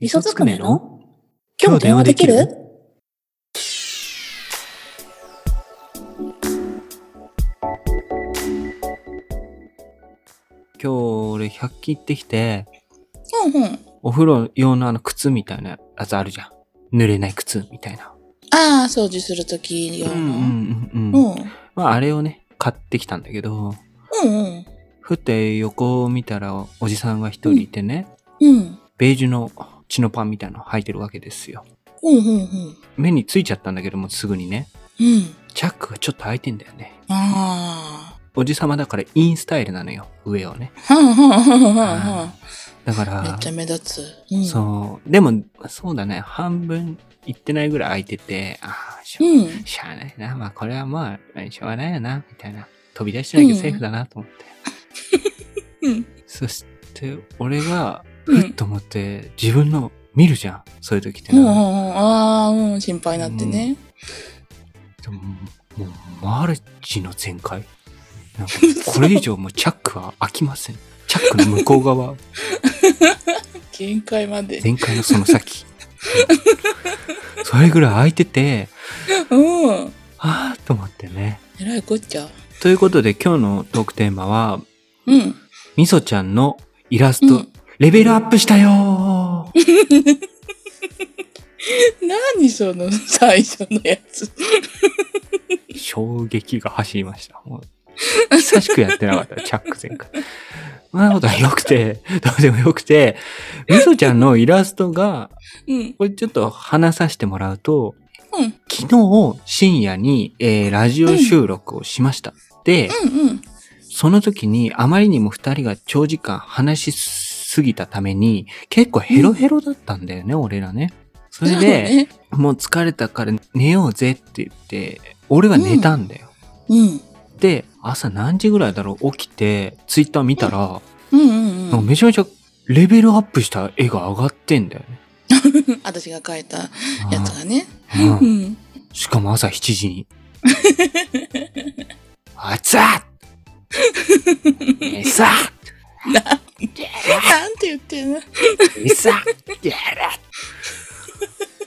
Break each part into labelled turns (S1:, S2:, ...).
S1: 味噌つくねの今日電話できる
S2: 今日俺100均行ってきて、
S1: うんうん。
S2: お風呂用のあの靴みたいなやつあるじゃん。濡れない靴みたいな。
S1: ああ、掃除するとき
S2: う
S1: 用
S2: んう
S1: の。
S2: んうん
S1: う
S2: うん。
S1: ん。うん
S2: まああれをね、買ってきたんだけど、
S1: うん。
S2: ふって横を見たらおじさんが一人いてね、
S1: うん。
S2: ベージュのチノパンみたいなの履いてるわけですよ。
S1: うんうんうん。
S2: 目についちゃったんだけどもすぐにね、
S1: うん。
S2: チャックがちょっと開いてんだよね。
S1: あ
S2: おじさまだからインスタイルなのよ、上をね。
S1: あ。はんはんはんはんはん。
S2: だか
S1: めっ
S2: ら
S1: ち、ゃ目立つ。うん。
S2: そう。でも、そうだね。半分いってないぐらい空いてて、ああ、しょ,、
S1: うん。
S2: しゃあないな。まあ、これはまあ、しょうがないよな、みたいな。飛び出してないけ
S1: うん
S2: どセーフだなと思って。
S1: うん。
S2: そして、俺が、
S1: う
S2: ふっ
S1: ん。
S2: と思って、自分の見るじゃん。そういう時って
S1: う
S2: な。
S1: んうんうん。ああ、うん。心配になってね。
S2: でももう、マルチの全開。なんかこれ以上もうチャックは開きません。チャックの向こう側、
S1: 限界まで。
S2: 全開のその先。うんそれぐらい開いてて、
S1: うん。
S2: ああ、と思ってね。
S1: えらいこっちゃ。
S2: ということで今日のトークテーマは、
S1: うん。
S2: みそちゃんのイラス
S1: う
S2: ト、
S1: ん。
S2: レベルアップしたよー
S1: 何その最初のやつ。
S2: 衝撃が走りました。もう久しくやってなか った、チャック前回。そんなことは良くて、どうでもよくて、みそちゃんのイラストが、
S1: うん。
S2: これちょっと話させてもらうと、
S1: うん
S2: 昨日深夜に、えーラジオ収録をしました。で、
S1: うんうん。
S2: その時にあまりにも二人が長時間話しすぎたために結構ヘロヘロだったんだよね、俺らね。それ
S1: そ う
S2: で、
S1: ね。
S2: もう疲れたから寝ようぜって言って、俺は寝たんだよ。
S1: うん。
S2: で、朝何時ぐらいだろう起きて、ツイッター見たら、
S1: うんうんう
S2: なん
S1: ん
S2: か。めちゃめちゃレベルアップした絵が上がってんだよね。
S1: 私が書いたやつがね。
S2: うん
S1: うん。
S2: しかも朝7時 に。あつあえさ
S1: なんて言ってんの
S2: いさやれ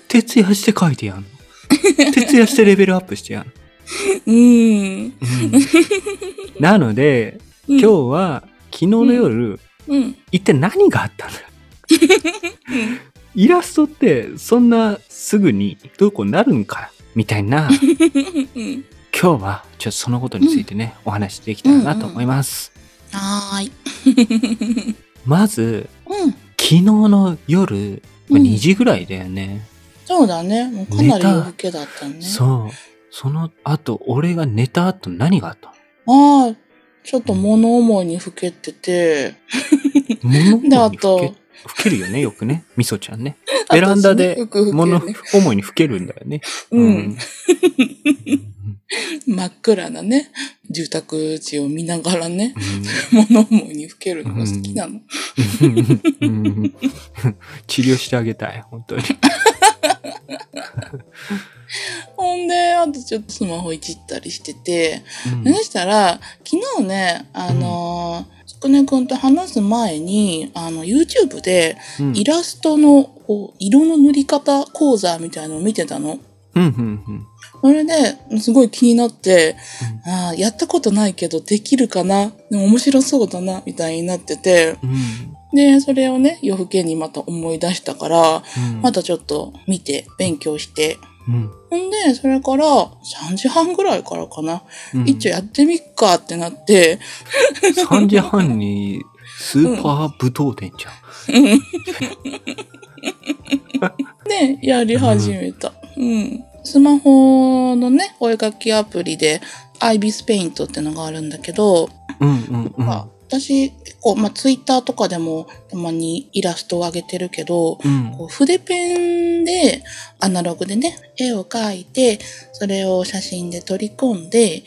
S2: 徹夜して書いて やんの。徹夜してレベルアップしてやんの。
S1: うん。
S2: うんなので、
S1: 今
S2: 今日は、昨日の夜、
S1: うん。
S2: 一体何があったのイラストって、そんなすぐにどうこうなるんかみたい な、
S1: うん。
S2: 今日は、ちょっとそのことについてね、お話しできたらなと思います。
S1: はーい。
S2: まず、
S1: うん。
S2: 昨日の夜、まあ
S1: うん
S2: 2時ぐらいだよね。
S1: そうだね。もうかなり夜更けだったね。う。
S2: そう。その後、俺が寝た後何があったの
S1: ああ、ちょっと物思いにふけってて。
S2: 物
S1: で、あ
S2: にふけ
S1: と、
S2: ふける よね、よくね。みそちゃんね。ベランダで
S1: よくふけるね
S2: 物思いにふけるんだよね。
S1: うん。真っ暗なね、住宅地を見ながらね、物思いにふけるのが好きな
S2: う
S1: の。
S2: ん治療してあげたい、本当に。
S1: ほんで、あとちょっとスマホいじったりしてて。
S2: うん
S1: そしたら、昨日ね、あのー、つくねくんと話す前に、あの、YouTube で、
S2: うん
S1: イラストのこう色の塗り方講座みたいのを見てたの。
S2: うんうんうん
S1: それですごい気になって、あーやったことないけどできるかなでも面白そうだなみたいになってて
S2: うん
S1: でそれをね夜更けにまた思い出したから
S2: うん
S1: またちょっと見て勉強して
S2: うん
S1: ほんでそれから3時半ぐらいからかな、
S2: うん
S1: 一応やってみっかってなって
S2: 3時半にスーパー武道展じゃん。
S1: でやり始めた、うんスマホのねお絵描きアプリでアイビスペイントってのがあるんだけど、
S2: うんうんうん。
S1: まあ私結構、まあ、ツイッターとかでもたまにイラストを上げてるけど
S2: うん
S1: こう筆ペンでアナログでね絵を描いてそれを写真で取り込んで、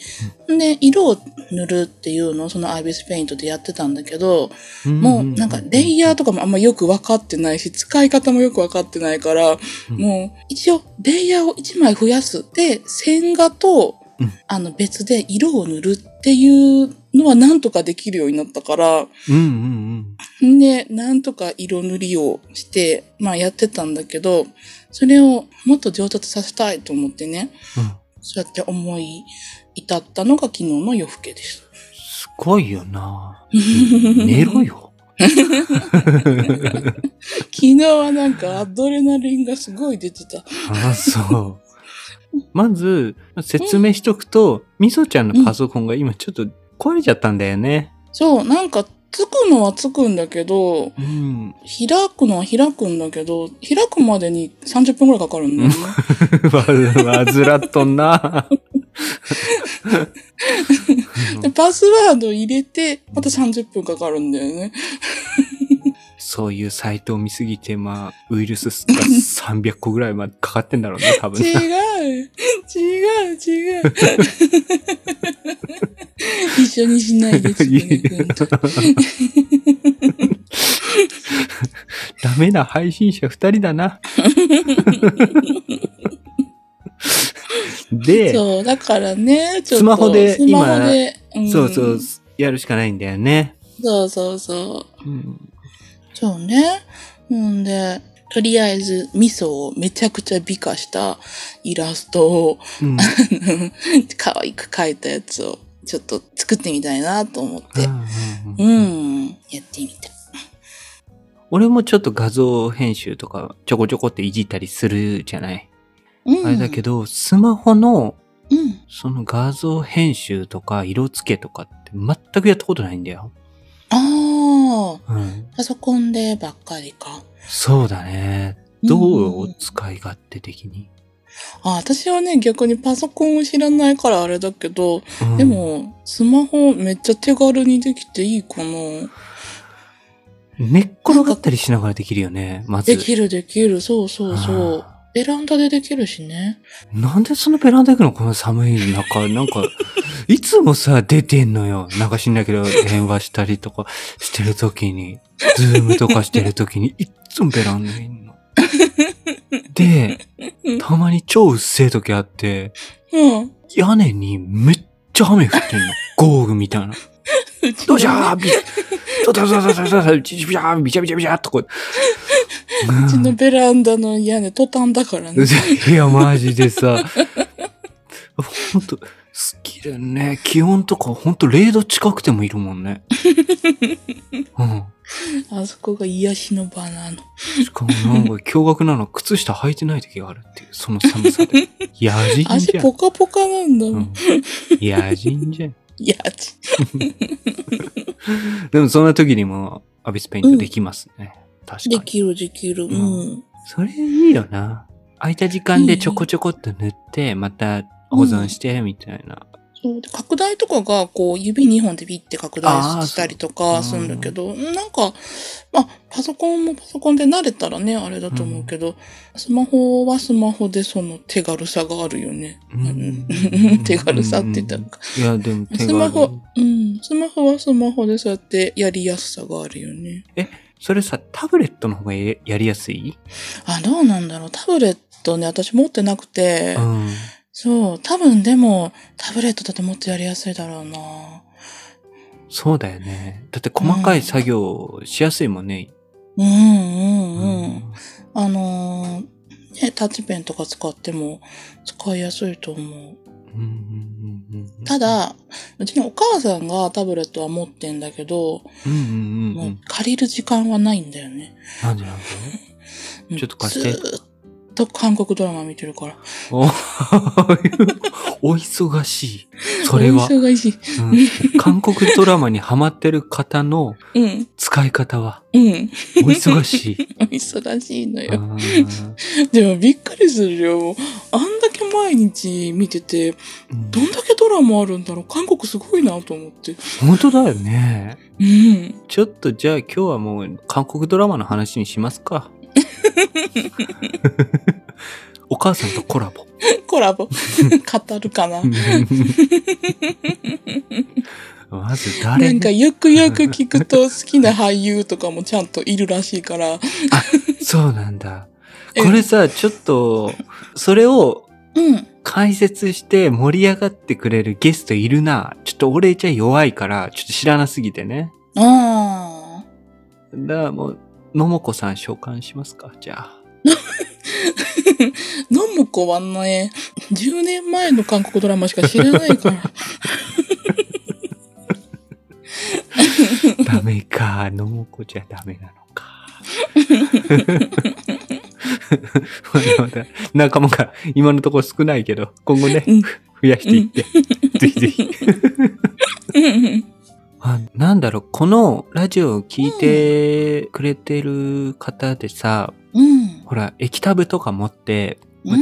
S1: で色を塗るっていうのをそのアイビスペイントでやってたんだけど、もうなんかレイヤーとかもあんまよく分かってないし使い方もよく分かってないから、
S2: うん
S1: もう一応レイヤーを1枚増やすで線画と
S2: うん
S1: あの別で色を塗るっていうのはなんとかできるようになったから、
S2: うんうん
S1: んで、なんとか色塗りをして、まあやってたんだけど、それをもっと上達させたいと思ってね、
S2: うん。うん。
S1: そうやって思い至ったのが昨日の夜更けでした。
S2: すごいよな。寝ろよ。
S1: 昨日はなんかアドレナリンがすごい出てた。
S2: あ、そう。まず、説明しとくと、みそちゃんのパソコンが今ちょっと壊れちゃったんだよね。
S1: そう、なんかつくのはつくんだけど、
S2: うん。
S1: 開くのは開くんだけど、開くまでに30分くらいかかる んだよね。
S2: わ、わずらっとんな。
S1: で、パスワード入れて、また30分かかるんだよね。
S2: そういうサイトを見すぎて、まあ、ウイルスが300個ぐらいまでかかってんだろうね、多分
S1: 違
S2: な。
S1: う違う 違う一緒にしないで、つぶねくんと。
S2: ダメな配信者2人だな。で、
S1: そう、だからね、ちょっと。
S2: スマホで
S1: スマホでん
S2: そうそう、やるしかないんだよね。
S1: そうそうそう。
S2: うん
S1: そうね。うんで、とりあえず味噌をめちゃくちゃ美化したイラストを、
S2: うん、
S1: 可愛く描いたやつを、ちょっと作ってみたいなと思って
S2: う。んうん
S1: う
S2: うん
S1: ん、やってみた。
S2: 俺もちょっと画像編集とかちょこちょこっていじったりするじゃない、
S1: うん。
S2: あれだけ
S1: ど。
S2: どスマホの
S1: うん。
S2: その画像編集とか色付けとかって全くやったことないんだよ、
S1: ああ、
S2: うん、
S1: パソコンでばっかりか。
S2: そうだねどうお使い勝手的に、
S1: あ私はね、逆にパソコンを知らないからあれだけど、
S2: うん
S1: でも、スマホめっちゃ手軽にできていいかな。
S2: 寝っ転がったりしながらできるよねまず
S1: できるできる、そうそうそう。
S2: あ
S1: ベランダでできるしね。
S2: ーなんでそのベランダ行くのこの寒い中なんかいつもさ出てんのよなんか知んないけど電話したりとかしてる時にズームとかしてる時にいっつもベランダにいんのでたまに超うっせえ時あって
S1: うん。
S2: 屋根にめっちゃ雨降ってんの豪雨みたいなどうじゃーびどうだどうだどうだどうだびちゃびちゃびちゃびちゃびちゃとこう
S1: うちのベランダの屋根、トタンだからね。
S2: いや、マジでさ、ほんと、好きだよね。気温とかほんと0度近くてもいるもんね。うん。
S1: あそこが癒しの場なの。
S2: しかもなんか驚愕なのは靴下履いてない時があるっていう、その寒さで。野人
S1: 足
S2: じゃん。
S1: ポカポカなんだ
S2: う
S1: もん。
S2: ん、野人じゃん。
S1: いや、ち
S2: でもそんな時にも、アビスペイントできますね。確
S1: で
S2: かに。
S1: きるできる。うん。
S2: それいいよな。空いた時間でちょこちょこっと塗って、また保存して、みたいな。
S1: そうで拡大とかが、こう、指2本でビッて拡大したりと
S2: あー
S1: かす
S2: そう
S1: るんだけど、なんか、まあ、パソコンもパソコンで慣れたらね、あれだと思うけど、スマホはスマホでその手軽さがあるよね。
S2: うん
S1: うん 手軽さって言ったのか。
S2: いや、でも手軽
S1: スマホ、うん、スマホはスマホでそうやってやりやすさがあるよね。
S2: それさ、タブレットの方がややりやすい
S1: あ、どうなんだろう。タブレットね、私持ってなくて、
S2: うん。
S1: そう、多分でも、タブレットだともっとやりやすいだろうな。
S2: そうだよね。だって細かい作業しやすいもんね。
S1: うんう
S2: う
S1: んうん。あのーね、タッチペンとか使っても使いやすいと思う。
S2: うんうんうんうん
S1: た、だ、うちのお母さんがタブレットは持ってんだけど、
S2: うんうんうんう。
S1: もうん借りる時間はないんだよね。
S2: なんでなん でちょっと貸して
S1: ずーっと韓国ドラマ見てるから。
S2: おお忙しい。それは、
S1: お忙しい。
S2: うん韓国ドラマにハマってる方の
S1: うん。
S2: 使い方は、
S1: うん。
S2: お忙しい。
S1: お忙しいの
S2: う
S1: よ。
S2: ん
S1: でもびっくりするよ。あんだけ毎日見てて、
S2: うん
S1: どんだけドラマあるんだろう。韓国すごいなと思って。
S2: 本当だよね。
S1: うん。
S2: ちょっとじゃあ今日はもう韓国ドラマの話にします か。お母さんとコラ ボ。
S1: コラボ。語るかな。
S2: まず誰
S1: なんかよくよく聞くと好きな俳優とかもちゃんといるらしいから。
S2: そうなんだ。これさ、ちょっと、それを
S1: うん。
S2: 解説して盛り上がってくれるゲストいるな。ちょっと俺じゃ弱いから、ちょっと知らなすぎてね。
S1: ああ。
S2: だからもう、のもこさん召喚しますかじゃ あ。
S1: のもこはね、10年前の韓国ドラマしか知らない から。
S2: ダメか。のもこじゃダメなのか。まだまだ仲間が今のところ少ないけど、今後ね、
S1: うん
S2: 増やしていって、ぜひぜひ。
S1: うんうん。
S2: あなんだろう、このラジオを聞いてくれてる方でさ、
S1: うん。
S2: ほら、液タブとか持って、
S1: うん。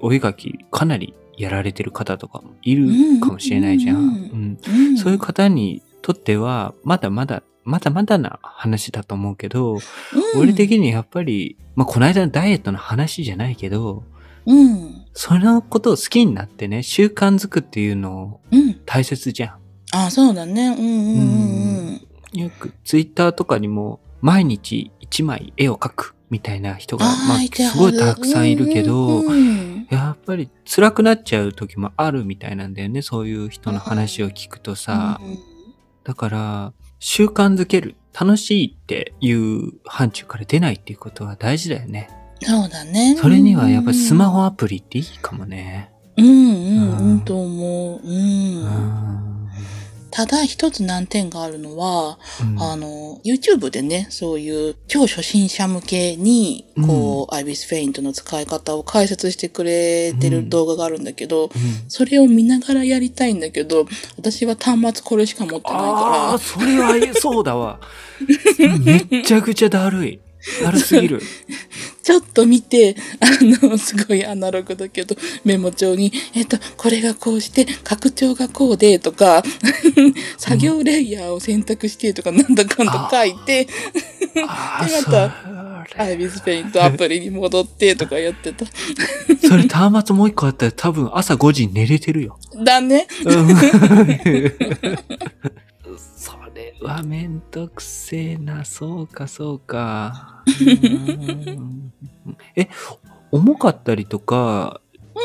S2: お絵描きかなりやられてる方とかもいるかもしれないじゃん。
S1: う
S2: うん
S1: うん
S2: ん
S1: うん。
S2: そういう方にとっては、まだまだ、まだまだな話だと思うけど、
S1: うん
S2: 俺的にやっぱり、まあ、この間のダイエットの話じゃないけど、
S1: うん。
S2: そのことを好きになってね、習慣づくっていうの
S1: うん。
S2: 大切じゃん。
S1: あ、そうだね。うんうんうん
S2: よくツイッターとかにも毎日1枚絵を描くみたいな人が、まあ、
S1: ーいてはる
S2: すごいたくさんいるけど、
S1: うん
S2: やっぱり辛くなっちゃう時もあるみたいなんだよね。そういう人の話を聞くとさ。だから、習慣づける。楽しいっていう範疇から出ないっていうことは大事だよね。
S1: そうだね。
S2: それにはやっぱりスマホアプリっていいかもね。
S1: うんうんうん、
S2: う
S1: うんんと思う。う。
S2: うんん。
S1: ただ一つ難点があるのは、
S2: うん
S1: あの、YouTube でね、そういう超初心者向けに、こう、アイビスフェイントの使い方を解説してくれて
S2: う
S1: る
S2: ん
S1: 動画があるんだけど、
S2: うん
S1: それを見ながらやりたいんだけど、私は端末これしか持ってない
S2: ああー、
S1: か
S2: それは、そうだ わ。めっちゃくちゃだるい。だるすぎる。
S1: ら、ちょっと見て、あの、すごいアナログだけど、メモ帳に、えっと、これがこうして、拡張がこうで、とか、作業レイヤーを選択して、とか、なんだかんだ書いて、
S2: あ
S1: でま
S2: あ、そ
S1: アイ
S2: れ。
S1: ビスペイントアプリに戻ってとかやってた。
S2: それ端末もう一個あったら多分朝5時に寝れてるよ。
S1: だね。
S2: うんそれはめんどくせえな。そうか、そうか。うんえ、重かったりとか、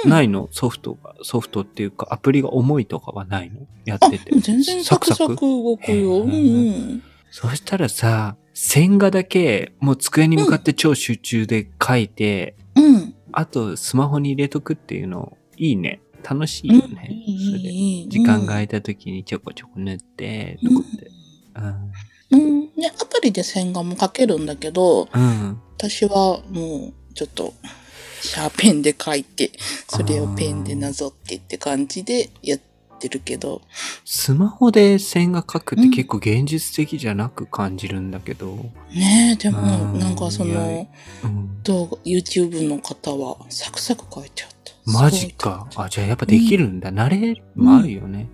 S2: ないのソフトが、ソフトっていうか、アプリが重いとかはないのや
S1: あ
S2: ってて。、
S1: 全然サクサク動くよ。
S2: へー
S1: うんうん。
S2: そしたらさ、線画だけ、もう机に向かって超集中で書いて、
S1: うん。
S2: あとスマホに入れとくっていうの、いいね。楽しいよね。それで
S1: いい
S2: 時間が空
S1: いい
S2: いた時にちょこちょこ塗って、
S1: う
S2: と
S1: ん
S2: かって。うん。
S1: うん。で、アプリで線画も描けるんだけど、
S2: うん。
S1: 私はもう、ちょっと、シャーペンで描いて、それをペンでなぞってって感じでやってるけど。
S2: スマホで線画描くって結構現実的じゃなく感じるんだけど。
S1: ねえ、でも、
S2: うん
S1: なんかそ
S2: いや
S1: の、
S2: うん。
S1: 動画、YouTube の方は、サクサク描いちゃった。
S2: マジか。
S1: すごい
S2: あ、じゃあやっぱできるんだ。慣れもあるよね。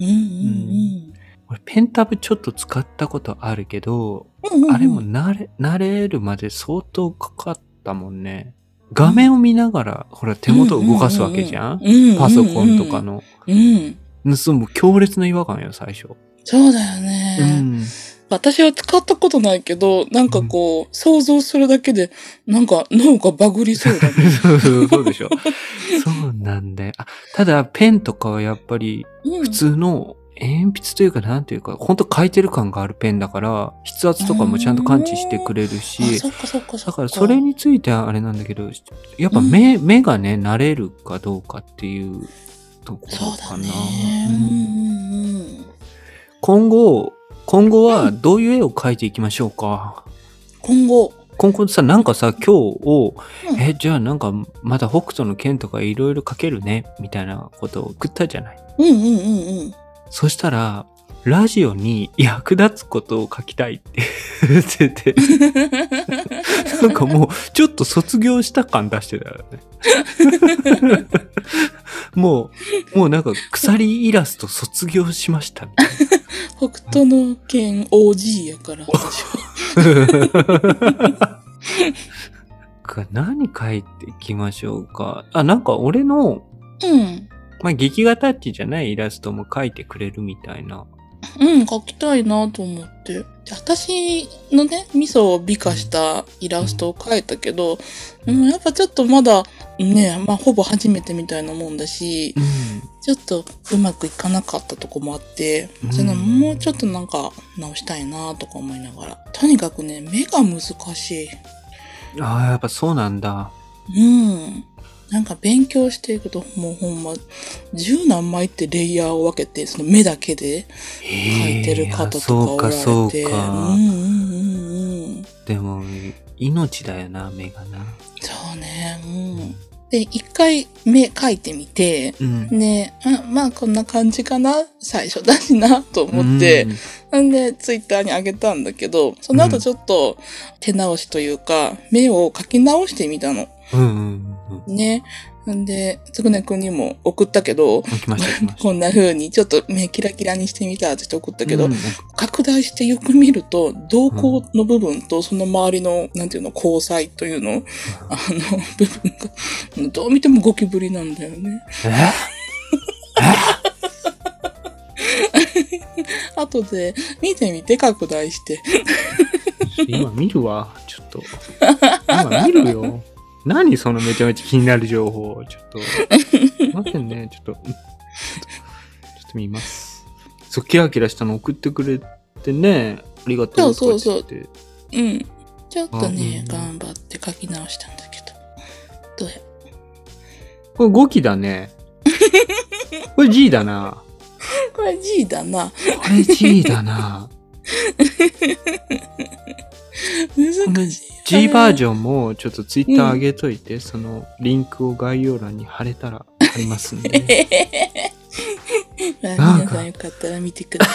S1: うんうん
S2: 俺、ペンタブちょっと使ったことあるけど、
S1: うんうんうんうん。
S2: あれも慣れ、慣れるまで相当かかったもんね。画面を見ながら、ほら、手元を動かすわけじゃん
S1: ううう
S2: パソコンとか。の。
S1: うん。
S2: その強烈な違和感よ、最初。
S1: そうだ
S2: う
S1: よね。
S2: ん。
S1: 私は使ったことないけど、なんかこう、想像するだけで、なんか脳がバグりそうだね。
S2: そうでしょ。そうなんだよ。あ、ただ、ペンとかはやっぱり、
S1: うん
S2: 普通の鉛筆というか、なんというか、ほんと書いてる感があるペンだから、筆圧とかもちゃんと感知してくれるし、
S1: あ、そっかそっかそっか。
S2: だからそれについてはあれなんだけど、やっぱ目、目がね、慣れるかどうかっていうところ
S1: そうだ
S2: かな。
S1: ね。う
S2: うんん
S1: うんうん。
S2: 今後、今後はどういう絵を描いていきましょうか。
S1: 今後。
S2: 今後さ、なんかさ、今日を、
S1: うん
S2: え、じゃあなんか、まだ北斗の剣とかいろいろ描けるね、みたいなことを送ったじゃない。
S1: うんうんうんうん。
S2: そしたら、ラジオに役立つことを書きたいって言って て、なんかもう、ちょっと卒業した感出してたよね。 もう、もうなんか、鎖イラスト卒業しましたみたい
S1: 北斗の剣 OG やから、私は。
S2: な。何書いていきましょうか。あ、なんか俺の、
S1: うん。
S2: まあ、劇画タッチじゃないイラストも書いてくれるみたいな
S1: うん、描きたいなと思って。で私のね、味噌を美化したイラストを描いたけど、うん、やっぱちょっとまだ、ね、まあほぼ初めてみたいなもんだし、
S2: う
S1: ちょっとうまくいかなかったとこもあって、
S2: うん
S1: そのもうちょっとなんか直したいなとか思いながら。とにかくね、目が難しい。
S2: ん。ああ、やっぱそうなんだ。
S1: うん。なんか勉強していくと、もうほんま、十何枚ってレイヤーを分けて、その目だけで書いてる方とか
S2: そう
S1: おら
S2: か、
S1: れて。
S2: そう
S1: う
S2: か
S1: ん。うんうんうん。
S2: でも、命だよな、目がな。
S1: そうね。うん。で、一回目書いてみて、
S2: うん。
S1: ねあまあこんな感じかな最初だしなと思って、
S2: うん、
S1: なんでツイッターに上げたんだけどその後ちょっと手直しというか、目を描き直してみたの
S2: うんうんうんうん。
S1: ねなんでつぐねくんにも送ったけど
S2: 起きました、起きました。
S1: こんな風にちょっと目キラキラにしてみたって送ったけど、
S2: うん
S1: 拡大してよく見ると瞳孔の部分とその周りのなんていうの交際というのあの部分がど う見てもゴキブリなんだよね
S2: え
S1: 後で見てみて拡大して
S2: 今見るわ、ちょっと。今見るよ。何そのめちゃめちゃ気になる情報。ちょっと。待ってね、ちょっと。ちょっとちょっと見ます。そう、キラキラしたの送ってくれてね。ありがとうとか言って。
S1: そうそううんちょっとね、
S2: あうん
S1: 頑張って書き直したんだけどどうや
S2: これ5期だね。これ G だな。
S1: これ G だな
S2: これ G だな。
S1: 難しい
S2: G バージョンもちょっとツイッター上げといて、そのリンクを概要欄に貼れたらありますんで。
S1: ョン
S2: なんか
S1: 皆さんよかったら見てくださ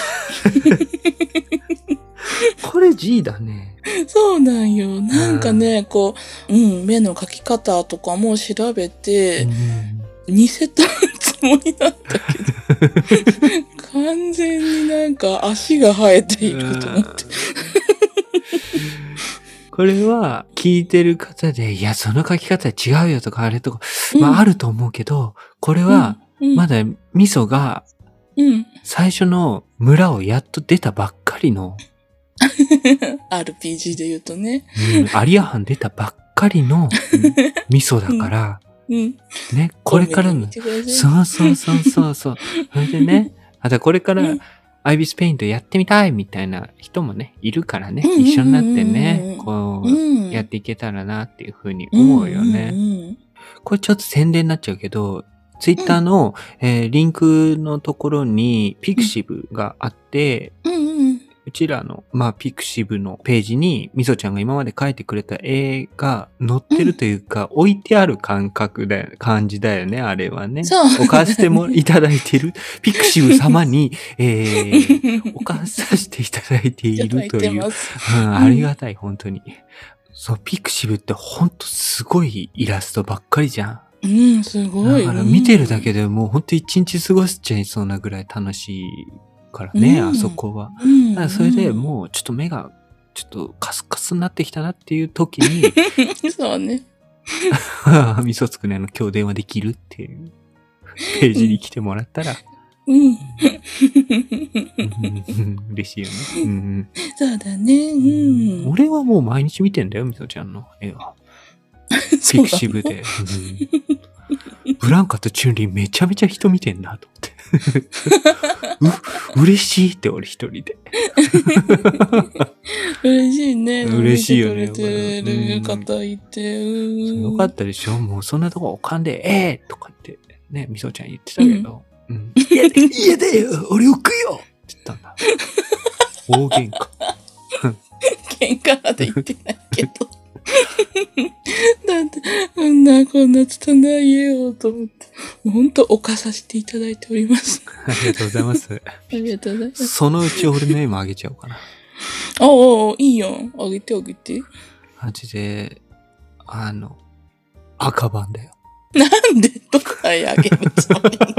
S2: これ G だね。
S1: いそうなんよなんかねこう、うん、目の描き方とかも調べて、似せたつもりだっ たけど完全になんか足が生えていると思って
S2: これは聞いてる方で、いや、その書き方違うよとかあれとか、
S1: うん
S2: まああると思うけど、これは
S1: うん
S2: まだ味噌が
S1: うん
S2: 最初の村をやっと出たばっかり の、
S1: RPG で言うとね
S2: うん、アリアハン出たばっかり の味噌だから、
S1: うん
S2: ね、これからの
S1: 見、てください
S2: そうそうそうそうそう。それでね、あとこれか
S1: う
S2: ら
S1: ん
S2: アイビスペイントやってみたいみたいな人もね、いるからね、
S1: うんうんうんうん
S2: 一緒になってね、こう、
S1: うん
S2: やっていけたらなっていうふうに思うよ
S1: う
S2: ね。
S1: んうんうん
S2: これちょっと宣伝になっちゃうけど、ツイッターの、えーリンクのところにピクシブがあって、
S1: うんうん
S2: うちらの、まあ、ピクシブのページに、みそちゃんが今まで描いてくれた絵が載ってるというか、置いてある感覚だよ、感じだよね、あれはね。
S1: そう
S2: 置かせてもいただいている、ピクシブ様に、えー、 置かさせていただいてい
S1: いただ
S2: る
S1: い
S2: と
S1: て
S2: いう。
S1: ま
S2: う
S1: す。
S2: ん、ありがたい、本当に。そう、ピクシブって本当すごいイラストばっかりじゃん。
S1: うん、すごい。
S2: だから見てるだけでもう本当一日過ごしちゃいそうなぐらい楽しいからね、
S1: うん
S2: あそこは。
S1: うん、
S2: だからそれでもうちょっと目がちょっとカスカスになってきたなっていう時 に、
S1: うん。そうね。
S2: 味噌つくねの今日電話できるっていうページに来てもらった ら、
S1: うん。
S2: うんうん嬉しいよね。うん
S1: そうだね。う
S2: うん
S1: ん。
S2: 俺はもう毎日見てんだよ、みそちゃんの絵は。
S1: そう
S2: ピク
S1: だ
S2: シブで。うんブランカとチュンリーめちゃめちゃ人見てんなと思って。う、嬉しいって俺一人で。
S1: 嬉しいね。
S2: 嬉しいよね
S1: 見てくれてる方いて。うん。
S2: よかったでしょもうそんなとこおかんで、ええとかって、ね、みそちゃん言ってたけど。うん。家で、家で俺を食うよって言ったんだ。大喧嘩。
S1: 喧嘩まで言ってないけど。 だって、こんな、こんな拙い家をと思って。もうほんと、犯させていただいております。
S2: ありがとうございます。
S1: ありがとうございます。
S2: そのうち俺の絵もあげちゃおうかな。
S1: おうおういいよ。あげてあげて。
S2: マジで、あの、赤番だよ。
S1: なんでどこかへあげるつも りなの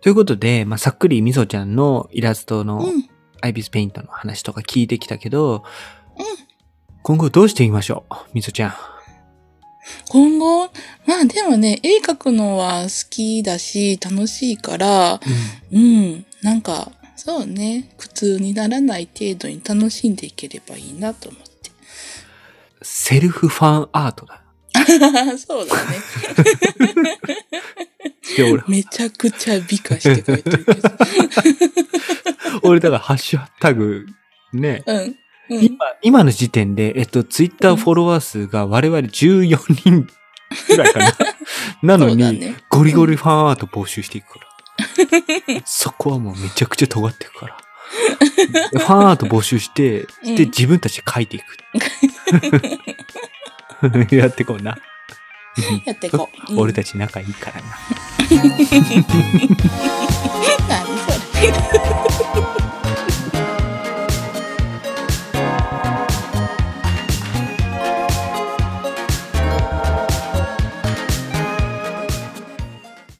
S2: ということで、まあ、さっくりみそちゃんのイラストの
S1: うん。
S2: アイビスペイントの話とか聞いてきたけど、今後どうしていきましょうみそちゃん。
S1: 今後、まあでもね、絵描くのは好きだし、楽しいから、うん、なんか、そうね、苦痛にならない程度に楽しんでいければいいなと思って。
S2: セルフファンアートだ。
S1: そうだね。
S2: で、俺、
S1: めちゃくちゃ美化して描いてるけど。
S2: 俺だからハッシュタグ、ね。
S1: うん。うん
S2: 今、今の時点で、えっと、ツイッターフォロワー数が我々14人ぐらいか な。なの
S1: そうだ
S2: に、
S1: ね。
S2: ゴリゴリファンアート募集してい くから。そこはもうめちゃくちゃ尖っていくから。ファンアート募集して、
S1: うん
S2: で、自分たちで書いてい く。 やってこうな。
S1: やっていこう。うん
S2: 俺たち仲いいからな。